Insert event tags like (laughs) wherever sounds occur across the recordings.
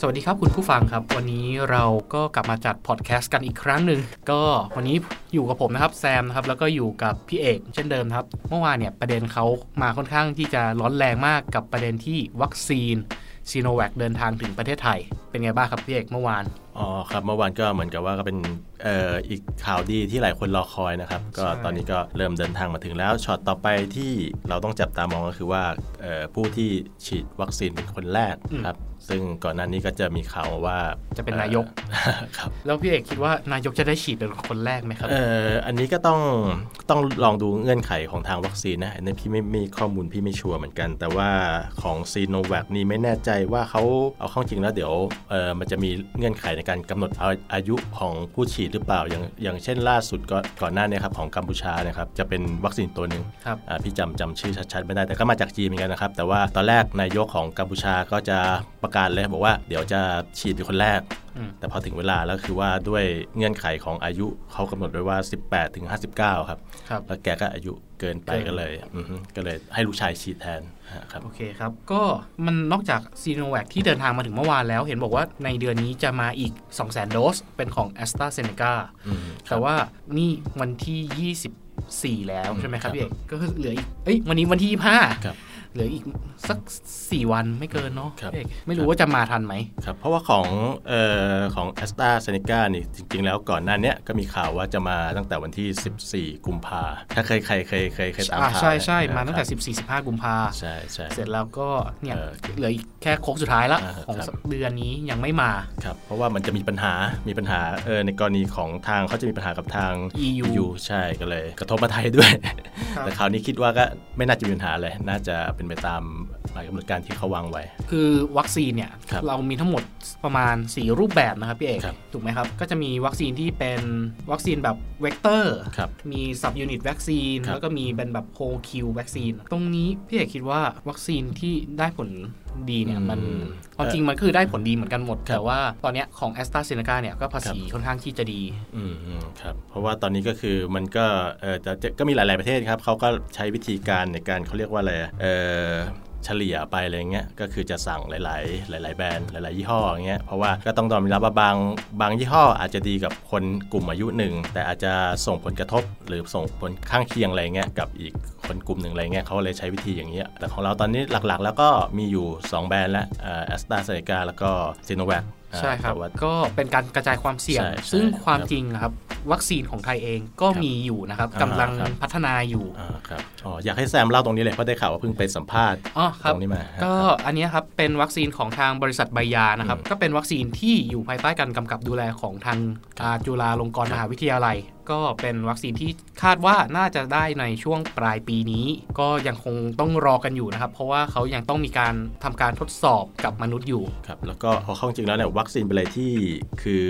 สวัสดีครับคุณผู้ฟังครับ วันนี้เราก็กลับมาจัดพอดแคสต์กันอีกครั้งหนึ่งก็วันนี้อยู่กับผมนะครับแซมนะครับแล้วก็อยู่กับพี่เอกเช่นเดิมนะครับ เมื่อวานเนี่ยประเด็นเขามาค่อนข้างที่จะร้อนแรงมากกับประเด็นที่วัคซีนซีโนแวคเดินทางถึงประเทศไทย เป็นไงบ้างครับพี่เอกเมื่อวาน อ๋อครับเมื่อวานก็เหมือนกับว่าก็เป็นเอ่ออีกข่าวดีที่หลายคนรอคอยนะครับ ก็ ใช่ ตอนนี้ก็เริ่มเดินทางมาถึงแล้วช็อตต่อไปที่เราต้องจับตามองก็คือว่าเอ่อผู้ที่ฉีดวัคซีนเป็นคนแรกครับซึ่งก่อนหน้านี้ก็จะมีข่าวว่า จะเป็นนายก เอ่อ (laughs) ครับ แล้วพี่เอกคิดว่านายกจะได้ฉีดเป็นคนแรกไหมครับ เอ่ออันนี้ก็ต้องต้องลองดูเงื่อนไขของทางวัคซีนนะอันนี้พี่ไม่มีข้อมูลพี่ไม่ชัวร์เหมือนกัน แต่ว่าของซีโนแวคนี่ไม่แน่ใจว่าเขาเอาเข้าจริงแล้วเดี๋ยวเอ่อมันจะมีเงื่อนไขในการกำหนดอาอายุของผู้ฉีดหรือเปล่าอย่างอย่างเช่นล่าสุดก็ก่อนหน้าเนี้ครับของกัมพูชานะครับจะเป็นวัคซีนตัวหนึ่ง ครับ อ่าพี่จำจำชื่อชัดๆไม่ได้แต่ก็มาจากจีนเหมือนกันนะครับ แต่ว่าตอนแรกนายกของกัมพูชาก็จะประกาศเลยบอกว่าเดี๋ยวจะฉีดเป็นคนแรก อืม แต่พอถึงเวลาแล้วคือว่าด้วยเงื่อนไขของอายุเขากำหนดไว้ว่า 18ถึง59 ครับ ครับ แล้วแกก็อายุเกินไปก็เลยอือฮึก็เลยให้ลูกชายฉีดแทนครับ โอเคครับ ก็มันนอกจากซีโนแวคที่เดินทางมาถึงเมื่อวานแล้ว เห็นบอกว่าในเดือนนี้จะมาอีก 2 0 0 0 0โดส เป็นของ a s t r a z เซ e c a อืมครับ แต่ว่านี่วันที่ 24 แล้วใช่ไหมครับ ครับ พี่เอกก็คือเหลืออีก เอ้ยวันนี้วันที่ 25 ครับ เหลืออีกสัก 4 วันไม่เกินเนาะ ครับ พี่เอกไม่รู้ว่าจะมาทันไหม ครับเพราะว่าของเอ่อของแอสตราเซเนกานี่จริง ๆ แล้วก่อนหน้าเนี้ยก็มีข่าวว่าจะมาตั้งแต่วันที่ 14 กุมภาถ้าเคยใครเคยเคยเคยตาม อ่า ข่าว ใช่ใช่ นะครับ มาตั้งแต่ 14 15 กุมภา ใช่ใช่ เสร็จแล้วก็เนี่ย เออ เหลืออีกแค่โค้งสุดท้ายละ อ่า ของ ครับ เดือนนี้ยังไม่มา ครับ เพราะว่ามันจะมีปัญหา มีปัญหา เออ ในกรณีของทางเขาจะมีปัญหากับทาง EU ใช่ ก็เลย กระทบมาไทยด้วย ครับ แต่คราวนี้คิดว่าก็ไม่น่าจะมีปัญหาเลย น่าจะเป็นไปตามหมายกำหนดการที่เขาวางไว้ คือวัคซีนเนี่ย ครับ เรามีทั้งหมดประมาณ 4 รูปแบบนะครับพี่เอก ครับ ถูกไหมครับ ก็จะมีวัคซีนที่เป็นวัคซีนแบบเวกเตอร์ ครับ มีสับยูนิตวัคซีน ครับ แล้วก็มีเป็นแบบโคคิววัคซีน ตรงนี้พี่เอกคิดว่าวัคซีนที่ได้ผลดีเนี่ยมัน อื ความจริง เอ่ มันคือได้ผลดีเหมือนกันหมด ครับ แต่ว่าตอนเนี้ยของแอสตราเซเนกาเนี่ยก็ภาษีค่อนข้างที่จะดี ออืมอืมครับ เพราะว่าตอนนี้ก็คือมันก็ เออจะจะก็มีหลาย ๆ ประเทศครับ เขาก็ใช้วิธีการในการเขาเรียกว่าอะไร เออเฉลี่ยไปอะไรเงี้ย ก็คือจะสั่งหลาย ๆ หลาย ๆ แบรนด์ หลาย ๆ ยี่ห้ออย่างเงี้ย เพราะว่าก็ต้องยอมรับว่าบางบางยี่ห้ออาจจะดีกับคนกลุ่มอายุหนึ่ง แต่อาจจะส่งผลกระทบหรือส่งผลข้างเคียงอะไรเงี้ยกับอีกคนกลุ่มหนึ่งอะไรเงี้ยเขาเลยใช้วิธีอย่างเงี้ย แต่ของเราตอนนี้หลัก ๆ แล้วก็มีอยู่ 2 แบรนด์แล้วแอสตราเซเนกาแล้วก็ซีโนแวค ใช่ครับ ก็เป็นการกระจายความเสี่ยง ใช่ใช่ ซึ่งความ ครับ จริงนะครับวัคซีนของไทยเองก็มีอยู่นะครับ อ่าก ำลัง ครับ พัฒนาอยู่ อ่าครับอ๋ออยากให้แซมเล่าตรงนี้เลยเพราะได้ข่าวว่าเพิ่งไปสัมภาษณ์ อ๋อครั ต บ รงนี้มา ก็อันเนี้ยครับ เป็นวัคซีนของทางบริษัทไบยานะครับ ก็เป็นวัคซีนที่อยู่ภายใต้การกำกับดูแลของทางอ่าจุฬาลงกรณ์มหาวิทยาลัย ก็เป็นวัคซีนที่คาดว่าน่าจะได้ในช่วงปลายปีนี้ ก็ยังคงต้องรอกันอยู่นะครับ เพราะว่าเขายังต้องมีการทำการทดสอบกับมนุษย์อยู่ ครับแล้วก็พอเข้าจริงแล้วเนี่ยวัคซีนเป็นอะไรที่คือ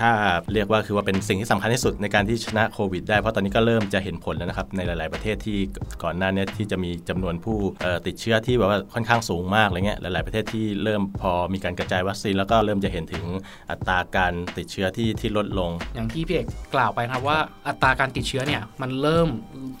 ถ้าเรียกว่าคือว่าเป็นสิ่งที่สำคัญที่สุดในการที่ชนะโควิดได้เพราะตอนนี้ก็เริ่มจะเห็นผลแล้วนะครับ ในหลาย ๆ ประเทศที่ก่อนหน้าเนี้ที่จะมีจำนวนผู้เอ่อติดเชื้อที่แบบว่าค่อนข้างสูงมากอะไรเงี้ยหลาย ๆ ประเทศที่เริ่มพอมีการกระจายวัคซีนแล้วก็เริ่มจะเห็นถึงอัตราการติดเชื้อที่ที่ลดลง อย่างที่พี่เอกกล่าวไปนะครับว่าอัตราการติดเชื้อเนี่ยมันเริ่ม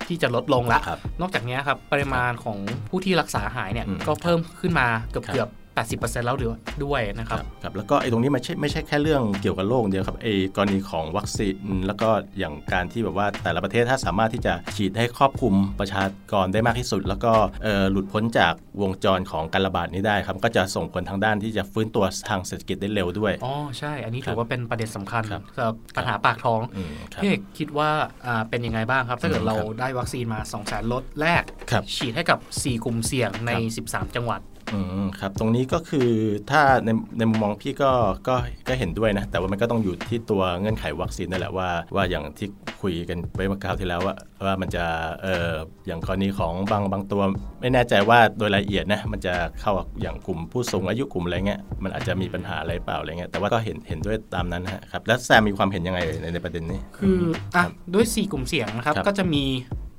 ที่จะลดลงละ ครับ นอกจากเนี้ยครับปริมาณของผู้ที่รักษาหายเนี่ย อืม ก็เพิ่มขึ้นมาเกือบ ครับ เกือบ80%แล้วด้วยด้วยนะครับ ครับแล้วก็ไอ้ตรงนี้มันไม่ใช่ไม่ใช่แค่เรื่องเกี่ยวกับโรคเดียวครับไอ้กรณีของวัคซีนแล้วก็อย่างการที่แบบว่าแต่ละประเทศถ้าสามารถที่จะฉีดให้ครอบคลุมประชากรได้มากที่สุด แล้วก็เอ่อหลุดพ้นจากวงจรของการระบาดนี้ได้ครับก็จะส่งผลทางด้านที่จะฟื้นตัวทางเศรษฐกิจได้เร็วด้วย อ๋อใช่ อันนี้ ครั ถือบ ว่าเป็นประเด็นสำคัญ ครับ สำหรับปัญหาปากท้อง มครับ พี่เอกคิดว่าอ่าเป็นยังไงบ้างครับ ถ้าเกิด อืม เรา ครับ ได้วัคซีนมา2 0 0 0 0ลดแรก ครับ ฉีดให้กับ 4 กลุ่มเสี่ยงใน ครับ 13 จังหวัด อืมครับตรงนี้ก็คือถ้าในในมุมมองพี่ก็ก็ก็เห็นด้วยนะ แต่ว่ามันก็ต้องอยู่ที่ตัวเงื่อนไขวัคซีนนั่นแหละว่าว่าอย่างที่คุยกันไว้เมื่อคราวที่แล้วว่าว่ามันจะเอ่ออย่างกรณีของบางบางตัว ไม่แน่ใจว่าโดยรายละเอียดนะมันจะเข้าอย่างกลุ่มผู้สูงอายุกลุ่มอะไรเงี้ยมันอาจจะมีปัญหาอะไรเปล่าอะไรเงี้ยแต่ว่าก็เห็นเห็นด้วยตามนั้นนะฮะครับแล้วแซมมีความเห็นยังไงเอ่ยในในประเด็นนี้ คืออ่ะด้วย 4 กลุ่มเสี่ยงนะครับ ครับ ก็จะมี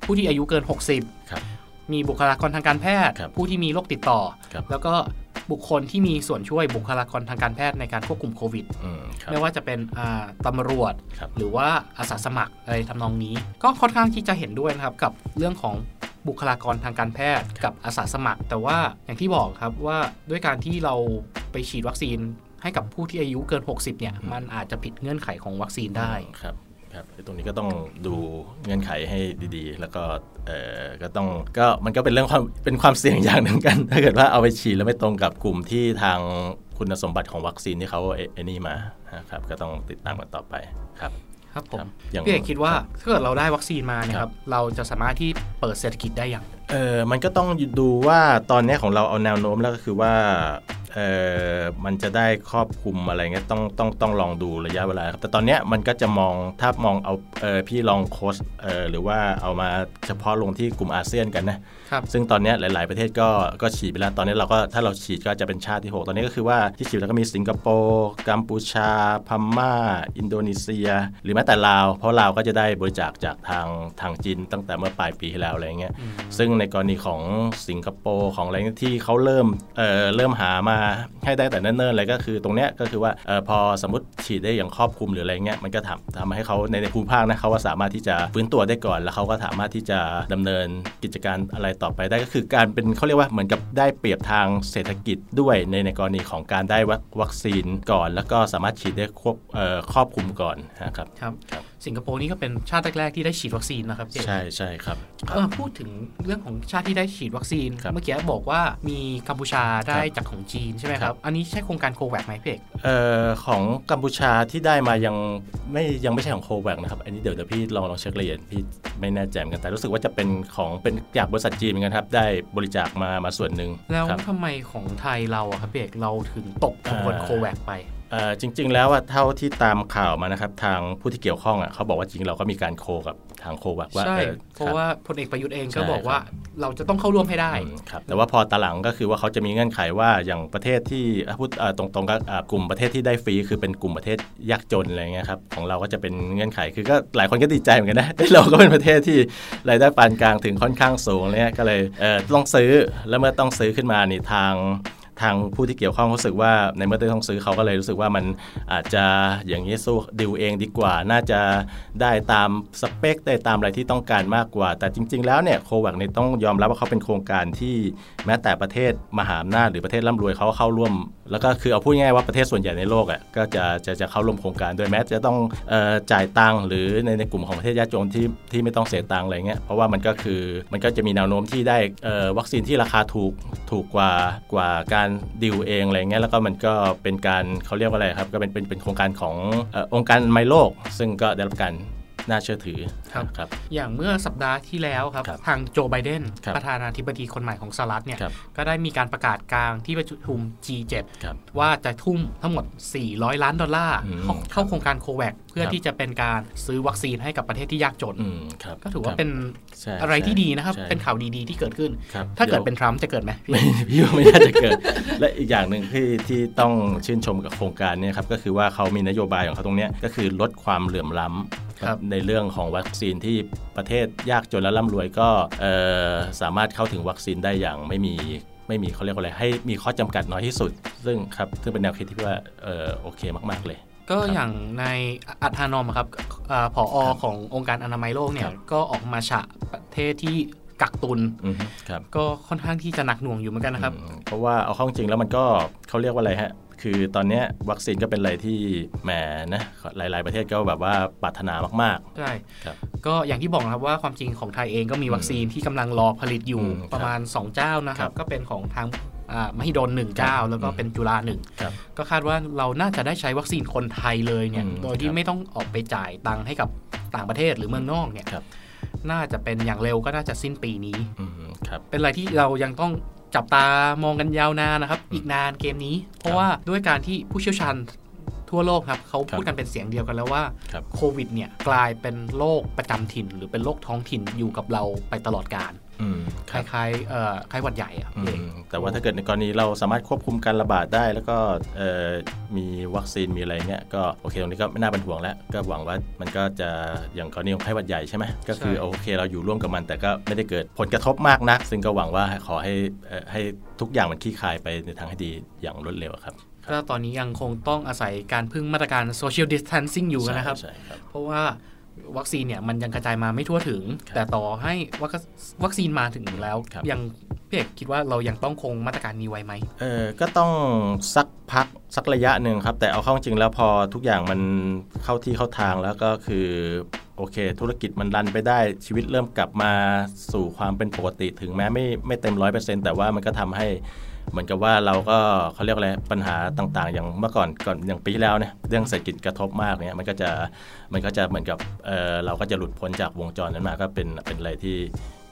ผู้ที่อายุเกิน ครับ 60 มีบุคลากรทางการแพทย์ ครับ ผู้ที่มีโรคติดต่อ ครับ แล้วก็บุคคลที่มีส่วนช่วยบุคลากรทางการแพทย์ในการควบคุมโควิด อืมครับ ไม่ว่าจะเป็นอ่าตำรวจ ครับ หรือว่าอาสาสมัครอะไรทำนองนี้ ก็ค่อนข้างที่จะเห็นด้วยนะครับกับเรื่องของบุคลากรทางการแพทย์กับอาสาสมัคร แต่ว่าอย่างที่บอกครับว่าด้วยการที่เราไปฉีดวัคซีน ให้กับผู้ที่อายุเกิน 60เนี่ยมันอาจจะผิดเงื่อนไขของวัคซีนได้ ครับครับตรงนี้ก็ต้องดูเงื่อนไขให้ดีๆ แล้วก็เออก็ต้องก็มันก็เป็นเรื่องความเป็นความเสี่ยงอย่างหนึ่ง (laughs) กัน ถ้าเกิดว่าเอาไปฉีดแล้วไม่ตรงกับกลุ่มที่ทางคุณสมบัติของวัคซีนที่เขาไอ้ไอ้นี่มานะครับก็ต้องติดตามกันต่อไปครับ ครับผม ครับอย่าง พี่เอกคิดว่า ครับ ถ้าเกิดเราได้วัคซีนมาเนี่ย ค ค รั รับ บเราจะสามารถที่เปิดเศรษฐกิจได้อย่าง เออมันก็ต้องดูว่าตอนเนี้ยของเราเอาแนวโน้มแล้วก็คือว่าเออมันจะได้ครอบคลุมอะไรเงี้ยต้องต้องต้องลองดูระยะเวลาครับแต่ตอนเนี้ยมันก็จะมองถ้ามองเอาเออพี่ลองโค้ชเออหรือว่าเอามาเฉพาะลงที่กลุ่มอาเซียนกันนะครับ ซึ่งตอนเนี้ยหลาย ๆ ประเทศก็ก็ฉีดไปแล้วตอนนี้เราก็ถ้าเราฉีดก็จะเป็นชาติที่ 6 ตอนนี้ก็คือว่าที่ฉีดแล้วก็มีสิงคโปร์กัมพูชา พม่า อินโดนีเซีย หรือแม้แต่ลาว เพราะลาวก็จะได้บริจาคจากทางทางจีนตั้งแต่เมื่อปลายปีที่แล้วอะไรเงี้ย ซึ่งในกรณีของสิงคโปร์ของอะไรที่เขาเริ่มเอ่อเริ่มหามาให้ได้แต่เนิ่นๆเลยก็คือตรงเนี้ยก็คือว่าเออพอสมมติฉีดได้อย่างครอบคลุมหรืออะไรเงี้ยมันก็ทำทำให้เขาในในภูมิภาคนะเขาว่าสามารถที่จะฟื้นตัวได้ก่อน แล้วเขาก็สามารถที่จะดำเนินกิจการอะไรต่อไปได้ก็คือการเป็นเขาเรียกว่าเหมือนกับได้เปรียบทางเศรษฐกิจด้วยในในกรณีของการได้วัควัคซีนก่อน แล้วก็สามารถฉีดได้ควบเอ่อครอบคลุมก่อนนะครับ ครับสิงคโปร์นี่ก็เป็นชาติแรกๆที่ได้ฉีดวัคซีนนะครับพี่เอก ใช่ใช่ครับ เออพูดถึงเรื่องของชาติที่ได้ฉีดวัคซีน ครับ เมื่อกี้บอกว่ามีกัมพูชาได้จากของจีนใช่ไหม ค ค รั รับ บ อันนี้ใช่โครงการโควัคไหมพี่เอก เอ่อของกัมพูชาที่ได้มายังไม่ยังไม่ใช่ของโคแวกนะครับ อันนี้เดี๋ยวเดี๋ยวพี่ลองลองเช็คละเอียดพี่ไม่แน่ใจเหมือนกันแต่รู้สึกว่าจะเป็นของเป็นจากบริษัทจีนเหมือนกันครับ ได้บริจาคมามาส่วนหนึ่ง แล้ว ครับ ทำไมของไทยเราอะครับพี่เอกเราถึงตกขบวน เอ่อ โควัคไป เอ่อจริง ๆ แล้วอะเท่าที่ตามข่าวมานะครับทางผู้ที่เกี่ยวข้องอะเขาบอกว่าจริงๆเราก็มีการโคกับทางโคแวกว่า ใช่ เออ เพราะ คบ ว่าพลเอกประยุทธ์เองก็ ใช่ บอก ครับ ว่าเราจะต้องเข้าร่วมให้ได้ อืมครับแต่ว่าพอตาหลังก็คือว่าเขาจะมีเงื่อนไขว่าอย่างประเทศที่อ่ะพูดอ่ะตรงๆก็อ่ะกลุ่มประเทศที่ได้ฟรีคือเป็นกลุ่มประเทศยากจนอะไรเงี้ยครับของเราก็จะเป็นเงื่อนไขคือก็หลายคนก็ดีใจเหมือนกันนะ (laughs) เราก็เป็นประเทศที่รายได้ปานกลางถึงค่อนข้างสูงเลยก็เลยเอ่อต้องซื้อแล้วเมื่อต้องซื้อขึ้นมานี่ทาง ทางผู้ที่เกี่ยวข้องเขารู้สึกว่าในเมื่อต้องซื้อเขาก็เลยรู้สึกว่ามันอาจจะอย่างนี้สู้ดิวเองดีกว่า น่าจะได้ตามสเปคได้ตามอะไรที่ต้องการมากกว่า แต่จริง ๆ แล้วเนี่ยโควักเนี่ยต้องยอมรับว่าเขาเป็นโครงการที่แม้แต่ประเทศมหาอำนาจหรือประเทศร่ำรวยเขาก็เข้าร่วม แล้วก็คือเอาพูดง่ายๆว่าประเทศส่วนใหญ่ในโลกอ่ะก็จะจะจะเข้าร่วมโครงการโดวยแม้จะต้องเอ่อจ่ายตังค์หรือในในกลุ่มของประเทศยากจนที่ที่ไม่ต้องเสียตังค์อะไรเงี้ยเพราะว่ามันก็คือมันก็จะมีแนวโน้มที่ได้เอ่อวัคซีนที่ราคาถูก ถูกกว่ากว่าการดิวเองอะไรเงี้ยแล้วก็มันก็เป็นการเขาเรียกว่าอะไรครับ ก็เป็นเป็นเป็นโครงการของเออองค์การไมโลก ซึ่งก็ได้รับการน่าเชื่อถือ ครับ ครับ อย่างเมื่อสัปดาห์ที่แล้วครับ ครับ ทางโจไบเดน ครับ ประธานาธิบดีคนใหม่ของสหรัฐเนี่ย ครับ ก็ได้มีการประกาศกลางที่ประชุม G7 ครับ ว่าจะทุ่มทั้งหมด 400 ล้านดอลลาร์ อืม เข้าเข้าโครงการโควัคเพื่อ ครับ ที่จะเป็นการซื้อวัคซีนให้กับประเทศที่ยากจน อืมครับ ก็ถือ ค ว่า บ เป็น ใช่ อะไร ใช่ ที่ดีนะครับ ใช่ เป็นข่าวดีๆที่เกิดขึ้น ครับ ถ้าเกิด ยว เป็นทรัมป์จะเกิดไหมพี่ ไม่ (laughs) พี่ว่าไม่น่าจะเกิด และอีกอย่างหนึ่งที่ที่ต้องชื่นชมกับโครงการเนี้ครับก็คือว่าเขามีนโยบายของเขาตรงเนี้ยก็คือลดความเหลื่อมล้ำ ครับ ในเรื่องของวัคซีนที่ประเทศยากจนและร่ำรวยก็เอ่อสามารถเข้าถึงวัคซีนได้อย่างไม่มีไม่มีเขาเรียกว่าอะไรให้มีข้อจำกัดน้อยที่สุด ซึ่งครับซึ่งเป็นแนวคิดที่ว่าเออโอเคมากๆเลย ก็อย่างในอัธานอมอะครับเอ่อผอขององค์การอนามัยโลกเนี่ยครับ ก็ออกมาฉะประเทศที่กักตุน อือฮึครับ ก็ค่อนข้างที่จะหนักหน่วงอยู่เหมือนกันนะครับ อืมเพราะว่าเอาเข้าจริงแล้วมันก็เขาเรียกว่าอะไรฮะ คือตอนเนี้ยวัคซีนก็เป็นอะไรที่แหมนะหลาย ๆ ประเทศก็แบบว่าปรารถนามาก ใช่ ครับ ก็อย่างที่บอกนะครับว่าความจริงของไทยเองก็มีวัคซีนที่กำลังรอผลิตอยู่ อืมครับ ประมาณ 2 เจ้านะค ครั รับ บ ก็เป็นของทางอ่ามหิดลหนึ่งเจ้า แล้วก็เป็นจุฬาหนึ่ง ครับ ก็คาดว่าเราน่าจะได้ใช้วัคซีนคนไทยเลยเนี่ย อืม โดย ค ที่ รับ ไม่ต้องออกไปจ่ายตังค์ให้กับต่างประเทศหรือเมืองนอกเนี่ย ครับ น่าจะเป็นอย่างเร็วก็น่าจะสิ้นปีนี้ ๆอืมครับ เป็นอะไรที่เรายังต้องจับตามองกันยาวนานนะครับ อีกนานเกมนี้ เพราะว่าด้วยการที่ผู้เชี่ยวชาญทั่วโลกครับเขา ครับ พูดกันเป็นเสียงเดียวกันแล้วว่า ครับ โควิดเนี่ยกลายเป็นโรคประจำถิ่น หรือเป็นโรคท้องถิ่นอยู่กับเราไปตลอดกาล อืม ค ครับ ล้ายๆเอ่อคล้ายหวัดใหญ่อะ อื พี่เอ ม ก แต่ว่าถ้าเกิดในกรณีเราสามารถควบคุมการระบาดได้ แล้วก็เอ่อมีวัคซีนมีอะไรเงี้ยก็โอเคตรงนี้ก็ไม่น่าเป็นห่วงแล้ว ก็หวังว่ามันก็จะอย่างกรณีของไข้หวัดใหญ่ใช่ไหมก็คือโอเคเราอยู่ร่วมกับมันแต่ก็ไม่ได้เกิดผลกระทบมากนัก ซึ่งก็หวังว่าขอให้เอ่อให้ทุกอย่างมันคลี่คลายไปในทางให้ดีอย่างรวดเร็วครับ ก็ตอนนี้ยังคงต้องอาศัยการพึ่งมาตรการ social distancing อยู่กันนะครับ ใช่ใช่ครับ เพราะว่า วัคซีนเนี่ยมันยังกระจายมาไม่ทั่วถึง แต่ต่อให้วัควัคซีนมาถึงแล้ว ครับ ยังพี่เอกคิดว่าเรายังต้องคงมาตรการนี้ไว้ไหม เออก็ต้องสักพักสักระยะหนึ่งครับ แต่เอาเข้าจริงแล้วพอทุกอย่างมันเข้าที่เข้าทางแล้วก็คือโอเค ธุรกิจมันรันไปได้ชีวิตเริ่มกลับมาสู่ความเป็นปกติถึงแม้ไม่ไม่เต็มร้อยเปอร์เซ็นต์แต่ว่ามันก็ทำให้เหมือนกับว่าเราก็เขาเรียกอะไรปัญหาต่างๆ อย่างเมื่อก่อนก่อนอย่างปีที่แล้วเนี่ยเรื่องเศรษฐกิจกระทบมากเนี่ยมันก็จะมันก็จะเหมือนกับเออเราก็จะหลุดพ้นจากวงจรนั้นมาก็เป็นเป็นอะไรที่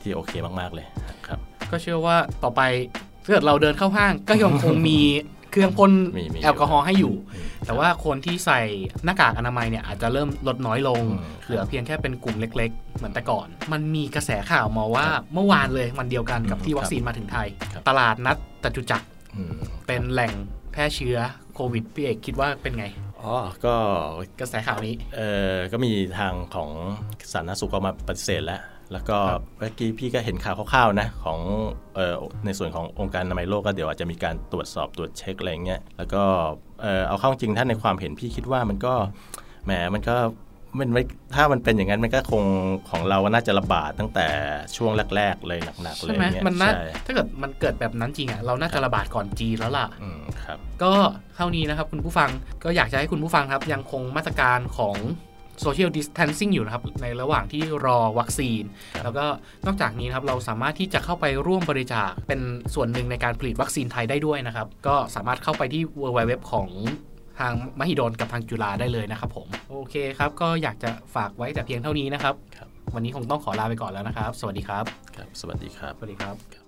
ที่โอเคมากๆเลยครับ ก็เชื่อว่าต่อไปถ้าเกิดเราเดินเข้าห้างก็ยังคงมีเครื่องพ่น มีมี แอลกอฮอล์ให้อยู่ แต่ว่าคนที่ใส่หน้ากากอนามัยเนี่ยอาจจะเริ่มลดน้อยลง เหลือเพียงแค่เป็นกลุ่มเล็ก ๆ เหมือนแต่ก่อน มันมีกระแสข่าวมาว่าเมื่อวานเลยวันเดียวกันกับที่วัคซีนมาถึงไทย ครับ ตลาดนัดจตุจักร อืม เป็นแหล่งแพร่เชื้อโควิดพี่เอกคิดว่าเป็นไง อ๋อ ก็ กระแสข่าวนี้ เออก็มีทางของสาธารณสุขออกมาปฏิเสธแล้ว แล้วก็เมื่อกี้พี่ก็เห็นข่าวคร่าวๆนะของเออในส่วนขององค์การอนามัยโลกก็เดี๋ยวอาจจะมีการตรวจสอบตรวจเช็คอะไรอย่างเงี้ย แล้วก็เออเอาเข้าจริงถ้าในความเห็นพี่คิดว่ามันก็แหมมันก็มันไม่ถ้ามันเป็นอย่างนั้นมันก็คงของเราน่าจะระบาดตั้งแต่ช่วงแรก ๆ เลยหนักๆเล ใช่ ย ไหม เงี้ย มันน่า ใช่ ถ้าเกิดมันเกิดแบบนั้นจริงอ่ะเราน่าจะระบาดก่อนจีนแล้วล่ะ อืมครับ ก็เท่านี้นะครับคุณผู้ฟังก็อยากจะให้คุณผู้ฟังครับ ยังคงมาตรการของ Social Distancing อยู่นะครับ ในระหว่างที่รอวัคซีน แล้วก็นอกจากนี้นะครับ เราสามารถที่จะเข้าไปร่วมบริจาคเป็นส่วนหนึ่งในการผลิตวัคซีนไทยได้ด้วยนะครับ ก็สามารถเข้าไปที่ www ของทางมหิดลกับทางจุฬาได้เลยนะครับผมโอเคครับก็อยากจะฝากไว้แต่เพียงเท่านี้นะครับ วันนี้คงต้องขอลาไปก่อนแล้วนะครับ สวัสดีครับ ครับ สวัสดีครับ สวัสดีครับ ครับ